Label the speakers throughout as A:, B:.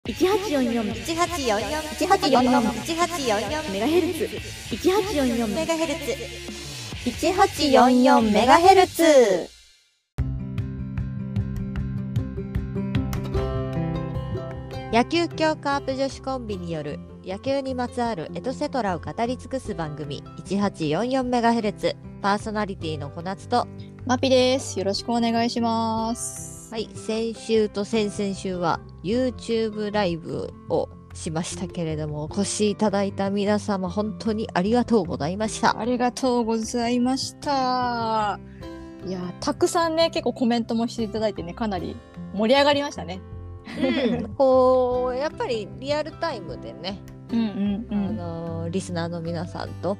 A: 一八四四一八四
B: 一八四四
A: 四
B: 一八四四
A: メガヘルツ一八四四
B: メガヘルツ
A: 一八四四メガヘルツ
B: 野球協カープ女子コンビによる野球にまつわるエトセトラを語り尽くす番組1844メガヘルツパーソナリティの小夏と
C: マピです。よろしくお願いします。
B: はい先週と先々週は YouTube ライブをしましたけれどもお越しいただいた皆様本当にありがとうございました
C: ありがとうございました。いや、たくさんね、結構コメントもしていただいてね、かなり盛り上がりましたね。
B: こうやっぱりリアルタイムでね、
C: うんう
B: あのリスナーの皆さんと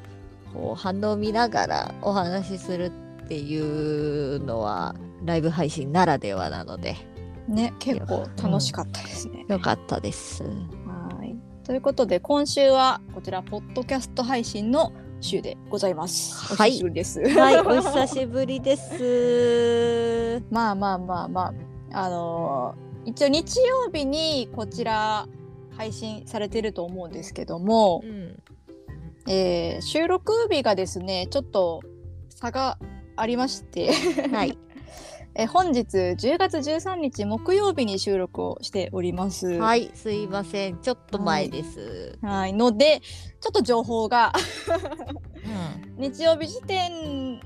B: こう反応を見ながらお話しするっていうのはライブ配信ならではなので
C: ね、結構楽しかったですね。
B: よかっ たです。
C: はい。ということで、今週はこちら、ポッドキャスト配信の週でございます。
B: はい
C: お久しぶりです。
B: はい、お久しぶりです。
C: まあまあまあまあ、あのー一応日曜日にこちら配信されてると思うんですけども、
B: うん、
C: えー収録日がですねちょっと差がありまして、
B: はい、
C: えー本日10月13日木曜日に収録をしております。
B: はいい、すいません、ちょっと前です。
C: はいのでちょっと情報が 日曜日時点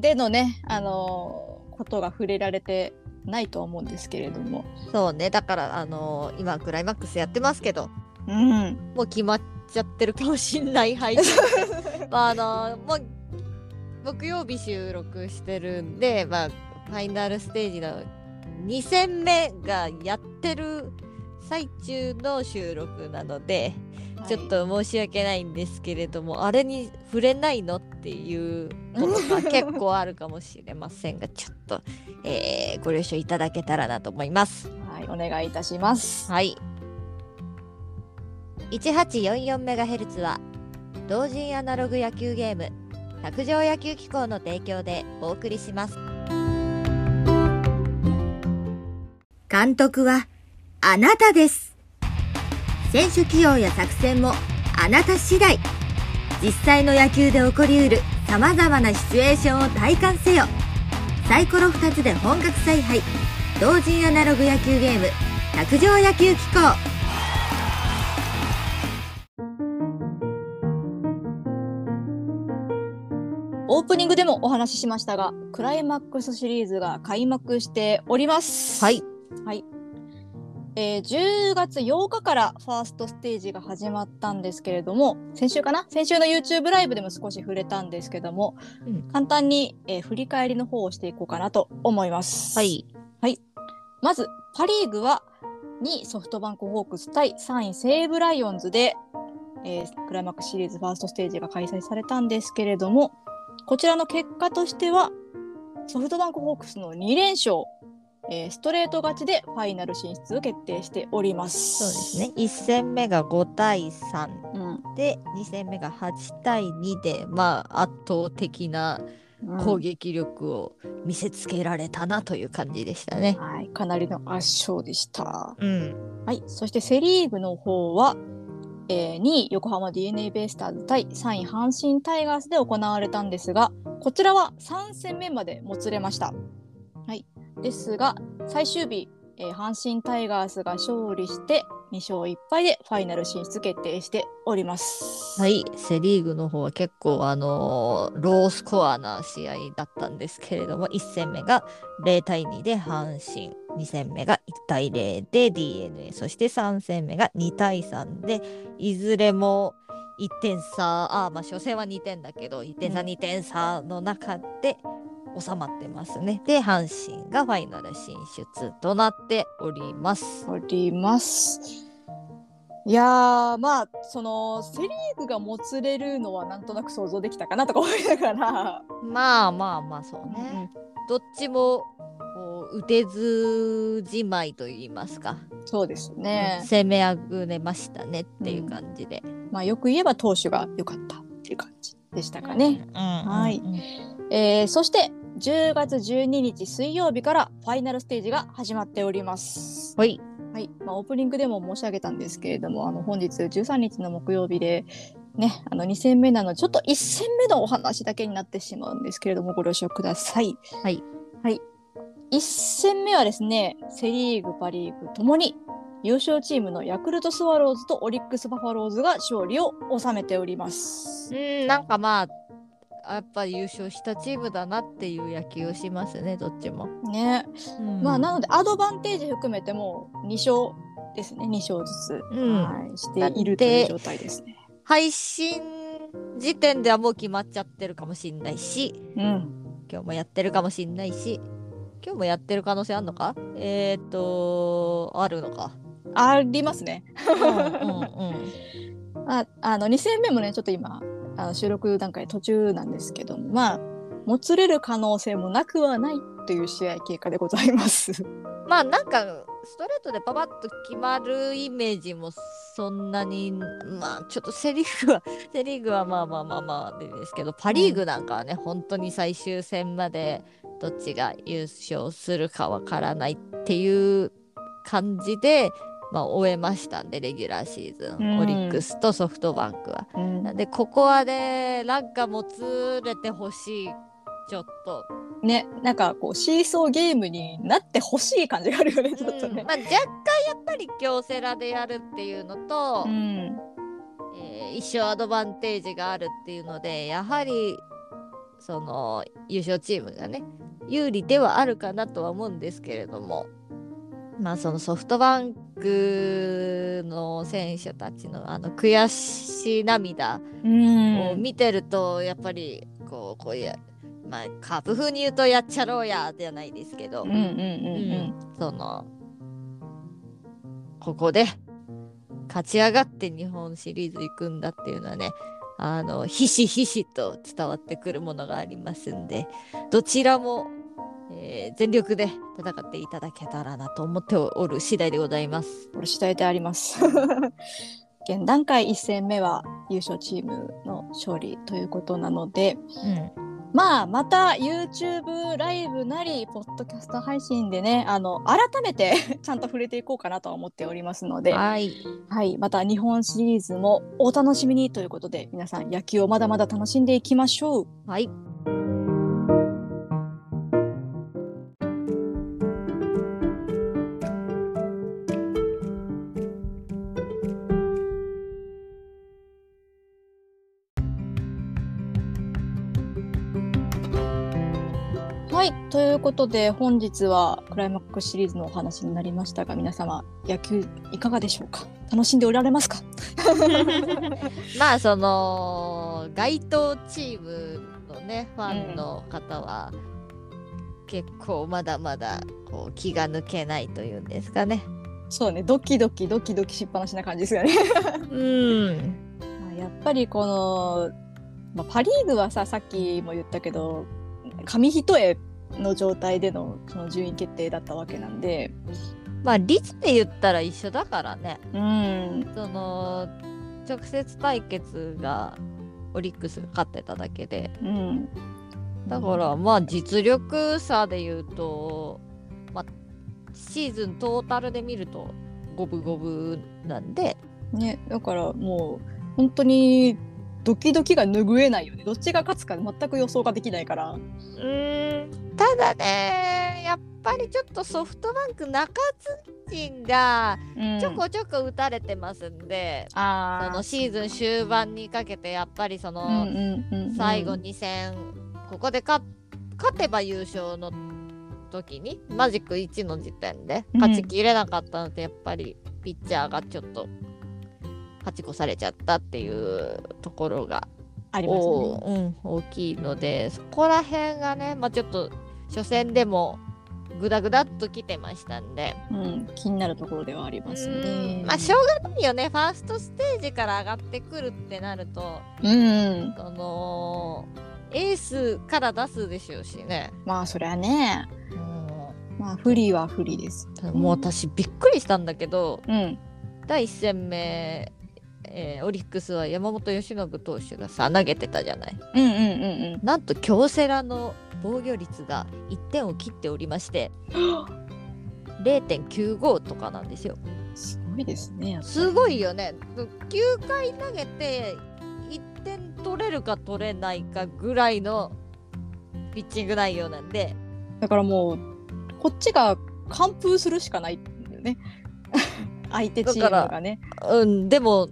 C: でのね、あのーことが触れられてないとは思うんですけれども、
B: うん、そうね、だから、あのー今クライマックスやってますけど、
C: うん、
B: もう決まっちゃってるかもしんない配 信でまああのもう木曜日収録してるんで、まあ、ファイナルステージの2戦目がやってる最中の収録なので、ちょっと申し訳ないんですけれどもあれに触れないのっていうことが結構あるかもしれませんがちょっと、えーご了承いただけたらなと思います。
C: はい、はい、お願いいたします。
B: はい。1844メガヘルツは同人アナログ野球ゲーム卓上野球機構の提供でお送りします。
A: 監督はあなたです選手起用や作戦もあなた次第実際の野球で起こりうる様々なシチュエーションを体感せよサイコロ2つで本格采配同人アナログ野球ゲーム卓上野球機構
C: オープニングでもお話ししましたが、クライマックスシリーズが開幕しております。
B: はい。
C: えー10月8日からファーストステージが始まったんですけれども先週かな先週の YouTube ライブでも少し触れたんですけども、
B: うん
C: 簡単に、えー振り返りの方をしていこうかなと思います。
B: はい。
C: まずパ・リーグは2位ソフトバンクホークス対3位西武ライオンズで、えークライマックスシリーズファーストステージが開催されたんですけれどもこちらの結果としてはソフトバンクホークスの2連勝、えーストレート勝ちでファイナル進出を決定しております。
B: そうですね。1戦目が5対3
C: うん
B: で、2戦目が8対2で、まあ圧倒的な
C: うん
B: 攻撃力を見せつけられたなという感じでしたね。
C: はい、かなりの圧勝でした。
B: うん。
C: はい、そしてセ・リーグの方は、えー2位横浜 d n a ベイスターズ対3位阪神タイガースで行われたんですがこちらは3戦目までもつれました、はい、ですが最終日、えー阪神タイガースが勝利して2勝1敗でファイナル進出決定しております、
B: はい、セ・リーグの方は結構、あのーロースコアな試合だったんですけれども、1戦目が0対2で阪神、2戦目が1対0で d n a そして3戦目が2対3で、いずれも1点差、あーまあ、初戦は2点だけど、1点差、
C: うん
B: 2点差の中で収まってますね。で、阪神がファイナル進出となっております。
C: おりますいやーまあそのセ・リーグがもつれるのはなんとなく想像できたかなとか思いながら、
B: まあまあまあ、そうね。どっちもこう打てずじまいと言いますか、
C: そうですね。
B: 攻めあぐねましたねっていう感じで。
C: まあよく言えば投手が良かったっていう感じでしたかね。。
B: はい
C: えーそして10月12日水曜日からファイナルステージが始まっております。
B: はい。
C: はいまあ、オープニングでも申し上げたんですけれどもあの本日13日の木曜日で、ね、あの2戦目なのでちょっと1戦目のお話だけになってしまうんですけれどもご了承ください。
B: はい
C: はい、1戦目はですねセ・リーグパ・リーグともに優勝チームのヤクルトスワローズとオリックス・バファローズが勝利を収めております。
B: うんなんかまあやっぱ優勝したチームだなっていう野球をしますねどっちも。
C: ね
B: うん
C: まあ、なのでアドバンテージ含めてもう2勝ですね2勝ずつ、
B: うん
C: はい、しているという状態ですね。
B: 配信時点ではもう決まっちゃってるかもしんないし
C: うん、
B: 今日もやってるかもしんないし今日もやってる可能性あんのかえっ、ー、とあるのか。
C: ありますね。
B: うんうんうん
C: ああの2戦目もねちょっと今あの収録段階途中なんですけどもまあもつれる可能性もなくはないという試合経過でございます。
B: まあなんかストレートでパパッと決まるイメージもそんなにまあちょっとセ・リーグは セ・リーグはまあまあまあまあでですけどパ・リーグなんかはね、本当に最終戦までどっちが優勝するかわからないっていう感じで、まあ、終えましたんでレギュラーシーズン、
C: うん
B: オリックスとソフトバンクは。
C: うん
B: なんでここはねなんかもつれてほしいちょっと。
C: ねなんかこうシーソーゲームになってほしい感じがあるよ ねちょっと
B: う
C: ね
B: ん。まあ、若干やっぱり京セラでやるっていうのと、
C: うん
B: えー一生アドバンテージがあるっていうのでやはりその優勝チームがね有利ではあるかなとは思うんですけれどもまあそのソフトバンクの選手たちのあの悔し涙
C: うん
B: を見てるとやっぱりこうこういう、まあカープ風に言うとやっちゃろうやじゃないですけど。
C: うんうんうん
B: そのここで勝ち上がって日本シリーズ行くんだっていうのはねあのひしひしと伝わってくるものがありますんでどちらも、えー全力で戦っていただけたらなと思っておる次第でございます。
C: これ次第であります。 現段階1戦目は優勝チームの勝利ということなので、
B: う
C: まあまた YouTube ライブなりポッドキャスト配信でねあの改めて ちゃんと触れていこうかなとは思っておりますので、は
B: はい、
C: い、また日本シリーズもお楽しみにということで皆さん野球をまだまだ楽しんでいきましょう。
B: はい、
C: はいということで本日はクライマックスシリーズのお話になりましたが皆様野球いかがでしょうか楽しんでおられますか
B: まあその該当チームのねファンの方は、結構まだまだこう気が抜けないというんですかね。
C: そうねドキドキドキドキしっぱなしな感じですよね。
B: うん
C: まあやっぱりこの、まあ、パ・リーグはささっきも言ったけど紙一重の状態でのその順位決定だったわけなんで
B: まあ率で言ったら一緒だからね
C: うん
B: その直接対決がオリックスが勝ってただけで
C: うん
B: だからまあ実力差で言うと、まあ、シーズントータルで見ると五分五分なんで
C: ねだからもう本当にドキドキが拭えないよねどっちが勝つか全く予想ができないから
B: うんただねやっぱりちょっとソフトバンク中津陣がちょこちょこ打たれてますんで、そ
C: あ
B: のシーズン終盤にかけてやっぱりその。
C: うんうんうんうん
B: 最後2戦、ここで勝勝てば優勝の時にマジック1の時点で
C: うん
B: 勝ちきれなかったので、やっぱりピッチャーがちょっと勝ち越されちゃったっていうところが、
C: あります
B: お
C: ね
B: ううん、大きいのでそこら辺がね、まあ、ちょっと初戦でもグダグダっと来てましたんで、
C: うん気になるところではありますね
B: うんまあしょうがないよねファーストステージから上がってくるってなると。
C: うん
B: あのーエースから出すでしょうしね。
C: まあそりゃねまあ不利は不利です
B: ただもう私びっくりしたんだけど
C: うん
B: 第1戦目、えーオリックスは山本由伸投手がさ投げてたじゃない。
C: うんうんうんうん
B: なんと京セラの防御率が1点を切っておりまして0.95とかなんですよ。
C: すごいですね。やっぱり
B: すごいよね。9回投げて1点取れるか取れないかぐらいのピッチング内容なんで、
C: だからもうこっちが完封するしかないんだ よね。相手チームがね。
B: うん、でも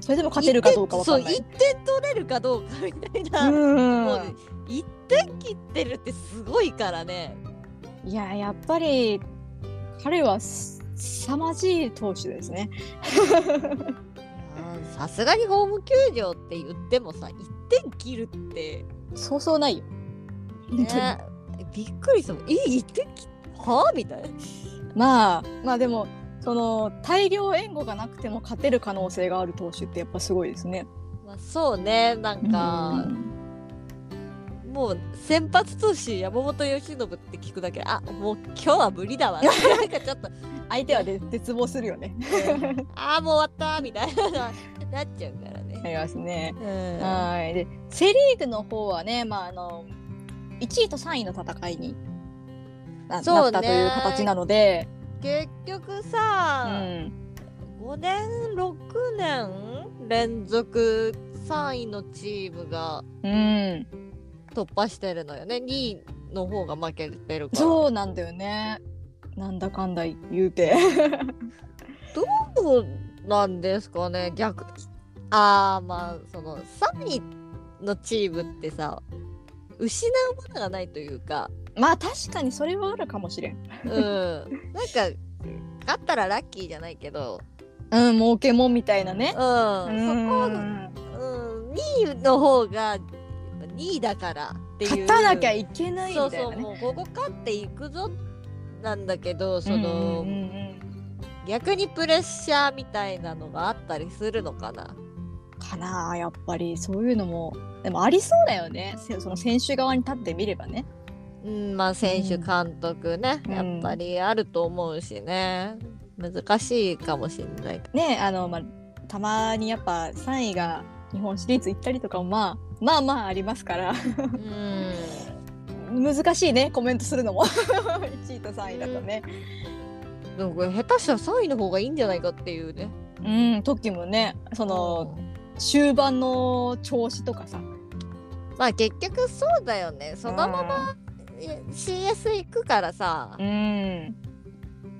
C: それでも勝てるかどうかわかんない。
B: そう1点取れるかどうかみたいな、
C: うん
B: もう1点切ってるってすごいからね。
C: いややっぱり彼はす凄まじい投手ですね。
B: さすがにホーム球場って言ってもさ1点切るって、
C: そうそうないよ。本当に
B: ね、びっくりしたもんえ1点切はあみたいな。
C: まあまあでもその大量援護がなくても勝てる可能性がある投手ってやっぱすごいですね。
B: まあ、そうねなんか、もう先発投手山本由伸って聞くだけであもう今日は無理だ わなんかちょっと
C: 相手はで絶望するよね。
B: あーもう終わったみたいな なっちゃうから
C: あ
B: ね。
C: りますね。
B: うん
C: はい。でセリーグの方はねまああの1位と3位の戦いにな,、
B: そうね
C: ったという形なので、
B: 結局
C: う
B: さ、
C: ん、
B: 5年6年連続3位のチームが
C: うん、
B: 突破してるのよね2位の方が負けてるから
C: そうなんだよね。なんだかんだ言うて。
B: そうなんですかね逆あーまあその3位のチームってさ失うものがないというか
C: まあ確かにそれはあるかもしれん。
B: うんなんか勝ったらラッキーじゃないけど
C: うん、儲けもんみたいな
B: うん
C: ね
B: そ。こうん2位の方が2位だからってい
C: 勝
B: う
C: たなきゃいけないみた
B: そ
C: いうな
B: そ
C: ね。
B: うもうここ勝っていくぞなんだけどその、
C: うんうんうん
B: 逆にプレッシャーみたいなのがあったりするのかな
C: かなあやっぱりそういうのもでもありそうだよねせその選手側に立ってみればね
B: うん、まあ選手、
C: うん
B: 監督ね、
C: うん
B: やっぱりあると思うしね、難しいかもしれない。
C: ねあの、まあ、たまにやっぱ3位が日本シリーズ行ったりとかも、まあ、まあまあありますから
B: うん、
C: 難しいねコメントするのも 1位と3位だとね
B: でもこれ下手したら3位の方がいいんじゃないかっていうね。
C: うん時もねそ
B: あ
C: の終盤の調子とかさ
B: まあ結局そうだよね、そのままえ CS 行くからさ
C: う、ん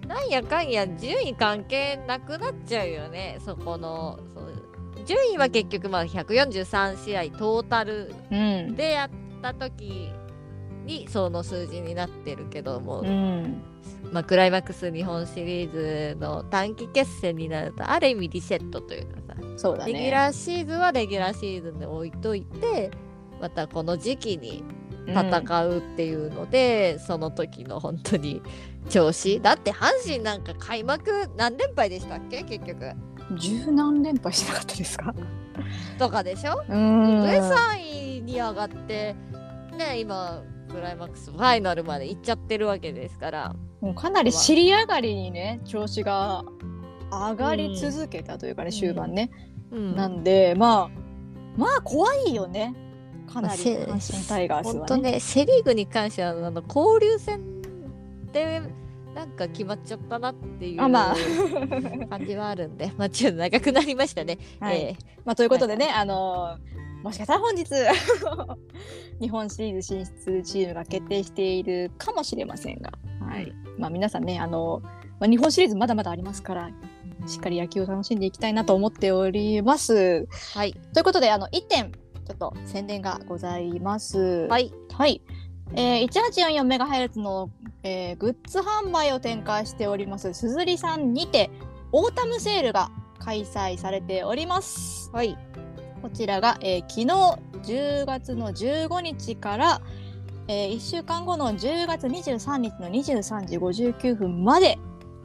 B: なんやかんや順位関係なくなっちゃうよね、そこの。そう順位は結局まあ143試合トータル
C: うん
B: でやった時にその数字になってるけども、
C: うん
B: まあ、クライマックス日本シリーズの短期決戦になるとある意味リセットというかさ、
C: そうだ
B: レギュ
C: ね
B: ラーシーズンはレギュラーシーズンで置いといてまたこの時期に戦うっていうので、その時の本当に調子だって阪神なんか開幕何連敗でしたっけ結局
C: うん十何連敗してなかったです か
B: とかでしょ
C: うん
B: で3位に上がってね今クライマックスファイナルまで行っちゃってるわけですから
C: もうかなり尻上がりにね調子が上がり続けたというかね、
B: ん
C: 終盤ね、
B: うん
C: なんでまあまあ怖いよねかなり
B: せ
C: 阪神タイガース
B: 本
C: は
B: 当
C: ね。
B: ねセ・リーグに関してはあの交流戦でなんか決まっちゃったなっていう
C: あまあ
B: 感じはあるんで、 まあ、ちょっと長くなりましたね。
C: はい
B: え
C: まあ、ということでね、あのーもしかしたら本日 日本シリーズ進出チームが決定しているかもしれませんが、はいまあ、皆さんね、あのーまあ、日本シリーズまだまだありますからしっかり野球を楽しんでいきたいなと思っております。
B: ーはい、
C: ということで、あの、1点、ちょっと宣伝がございます。。
B: はいい、
C: はい。えー、1844メガハイライツの、えーグッズ販売を展開しております、すずりさんにて、オータムセールが開催されております。
B: はい、
C: こちらが、えー昨日10月の15日から、え1週間後の10月23日の23時59分まで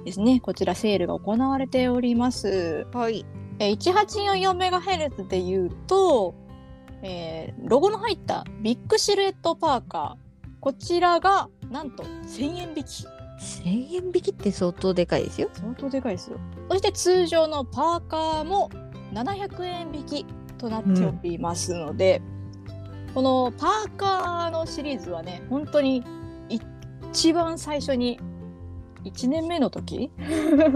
C: ですね、こちらセールが行われております。
B: はい、
C: えー1844メガヘルツで言うと、えーロゴの入ったビッグシルエットパーカーこちらがなんと1000円引き
B: 1000円引きって相当でかい ですよ。
C: 相当でかいですよそして通常のパーカーも700円引きとなっておりますので、このパーカーのシリーズはね本当に一番最初に1年目の時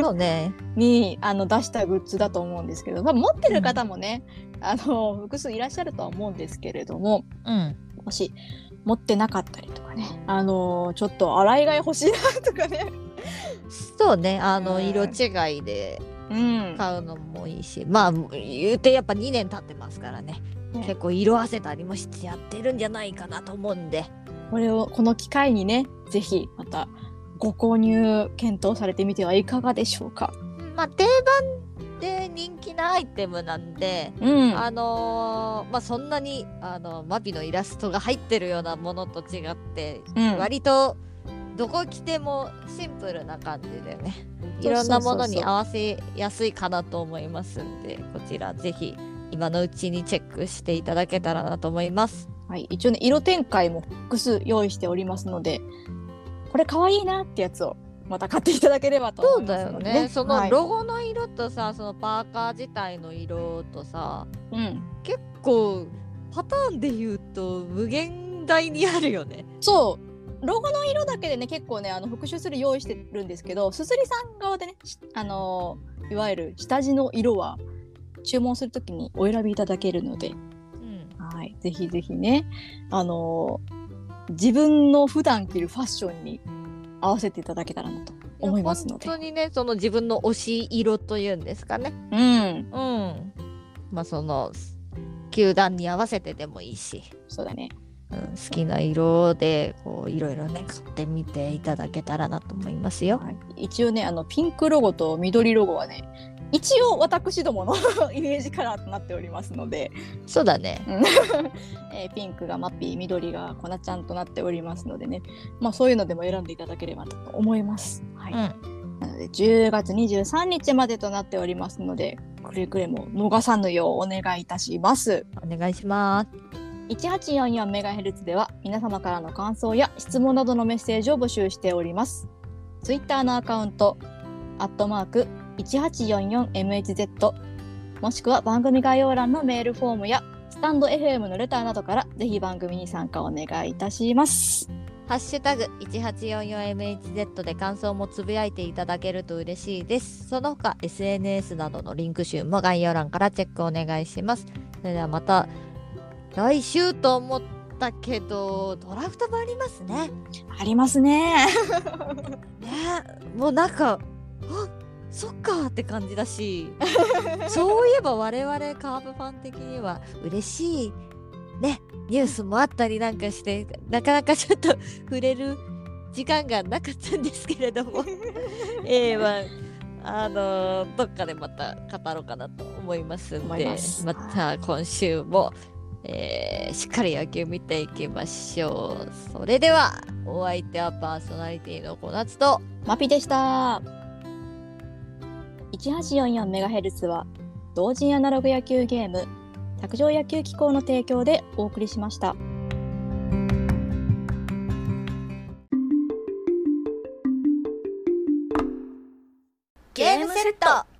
B: そうね。
C: にあの出したグッズだと思うんですけど、まあ、持ってる方もね、あの複数いらっしゃるとは思うんですけれども
B: うん。
C: もし持ってなかったりとかねあのちょっと洗い替え欲しいなとかね、
B: そうね。あの、
C: うん
B: 色違いで
C: うん、
B: 買うのもいいし、まあ、言うてやっぱ2年経ってますからね。
C: ね
B: 結構色あせたりもしてやってるんじゃないかなと思うんで。
C: これをこの機会にねぜひまたご購入検討されてみてはいかがでしょうか。
B: まあ、定番で人気なアイテムなんで、
C: うん
B: あのーまあそんなにあのマビのイラストが入ってるようなものと違って、
C: うん
B: 割とどこ着てもシンプルな感じでね
C: そ
B: いう
C: そうそうそう
B: ろんなものに合わせやすいかなと思いますんでこちらぜひ今のうちにチェックしていただけたらなと思います。
C: はい、一応ね色展開も複数用意しておりますのでこれ可愛いなってやつをまた買っていただければと
B: そ
C: 思
B: う
C: います
B: だよ
C: ので、
B: ね、そのロゴの色とさ、そのパーカー自体の色とさ
C: はいうん、
B: 結構パターンで言うと無限大にあるよね。
C: そうロゴの色だけでね結構ねあの復習する用意してるんですけどすすりさん側でねしあのーいわゆる下地の色は注文するときにお選びいただけるので、
B: うん
C: はい、ぜひぜひねあのー自分の普段着るファッションに合わせていただけたらなと思いますので
B: 本。当にねその自分の推し色というんですかね
C: うん
B: うんまあその球団に合わせてでもいいし、
C: そうだね
B: うん、好きな色でこういろいろね買ってみていただけたらなと思いますよ。
C: はい、一応ねあのピンクロゴと緑ロゴはね一応私どもの イメージカラーとなっておりますので、
B: そうだね
C: えーピンクがマッピー緑がこなちゃんとなっておりますのでねまあそういうのでも選んでいただければと思います、はい
B: うん
C: なので10月23日までとなっておりますのでくれぐれも逃さぬようお願いいたします
B: お願いします。
C: 1844メガヘルツでは皆様からの感想や質問などのメッセージを募集しております。ツイッターのアカウント、アットマーク 1844MHz、もしくは番組概要欄のメールフォームやスタンド FM のレターなどからぜひ番組に参加お願いいたします。
B: ハッシュタグ 1844MHz で感想もつぶやいていただけると嬉しいです。その他 SNS などのリンク集も概要欄からチェックお願いします。それではまた来週と思ったけどドラフトもありますね。
C: ありますね。
B: ねもうなんかあそっかって感じだしそういえば我々カープファン的には嬉しいねニュースもあったりなんかしてなかなかちょっと触れる時間がなかったんですけれどもえー、まああのーどっかでまた語ろうかなと思いますん
C: 思
B: で
C: います
B: また今週も、えーしっかり野球見ていきましょうそれではお相手はパーソナリティの小夏と
C: マピでした。1844メガヘルツは同人アナログ野球ゲーム卓上野球機構の提供でお送りしました。
A: ゲームセット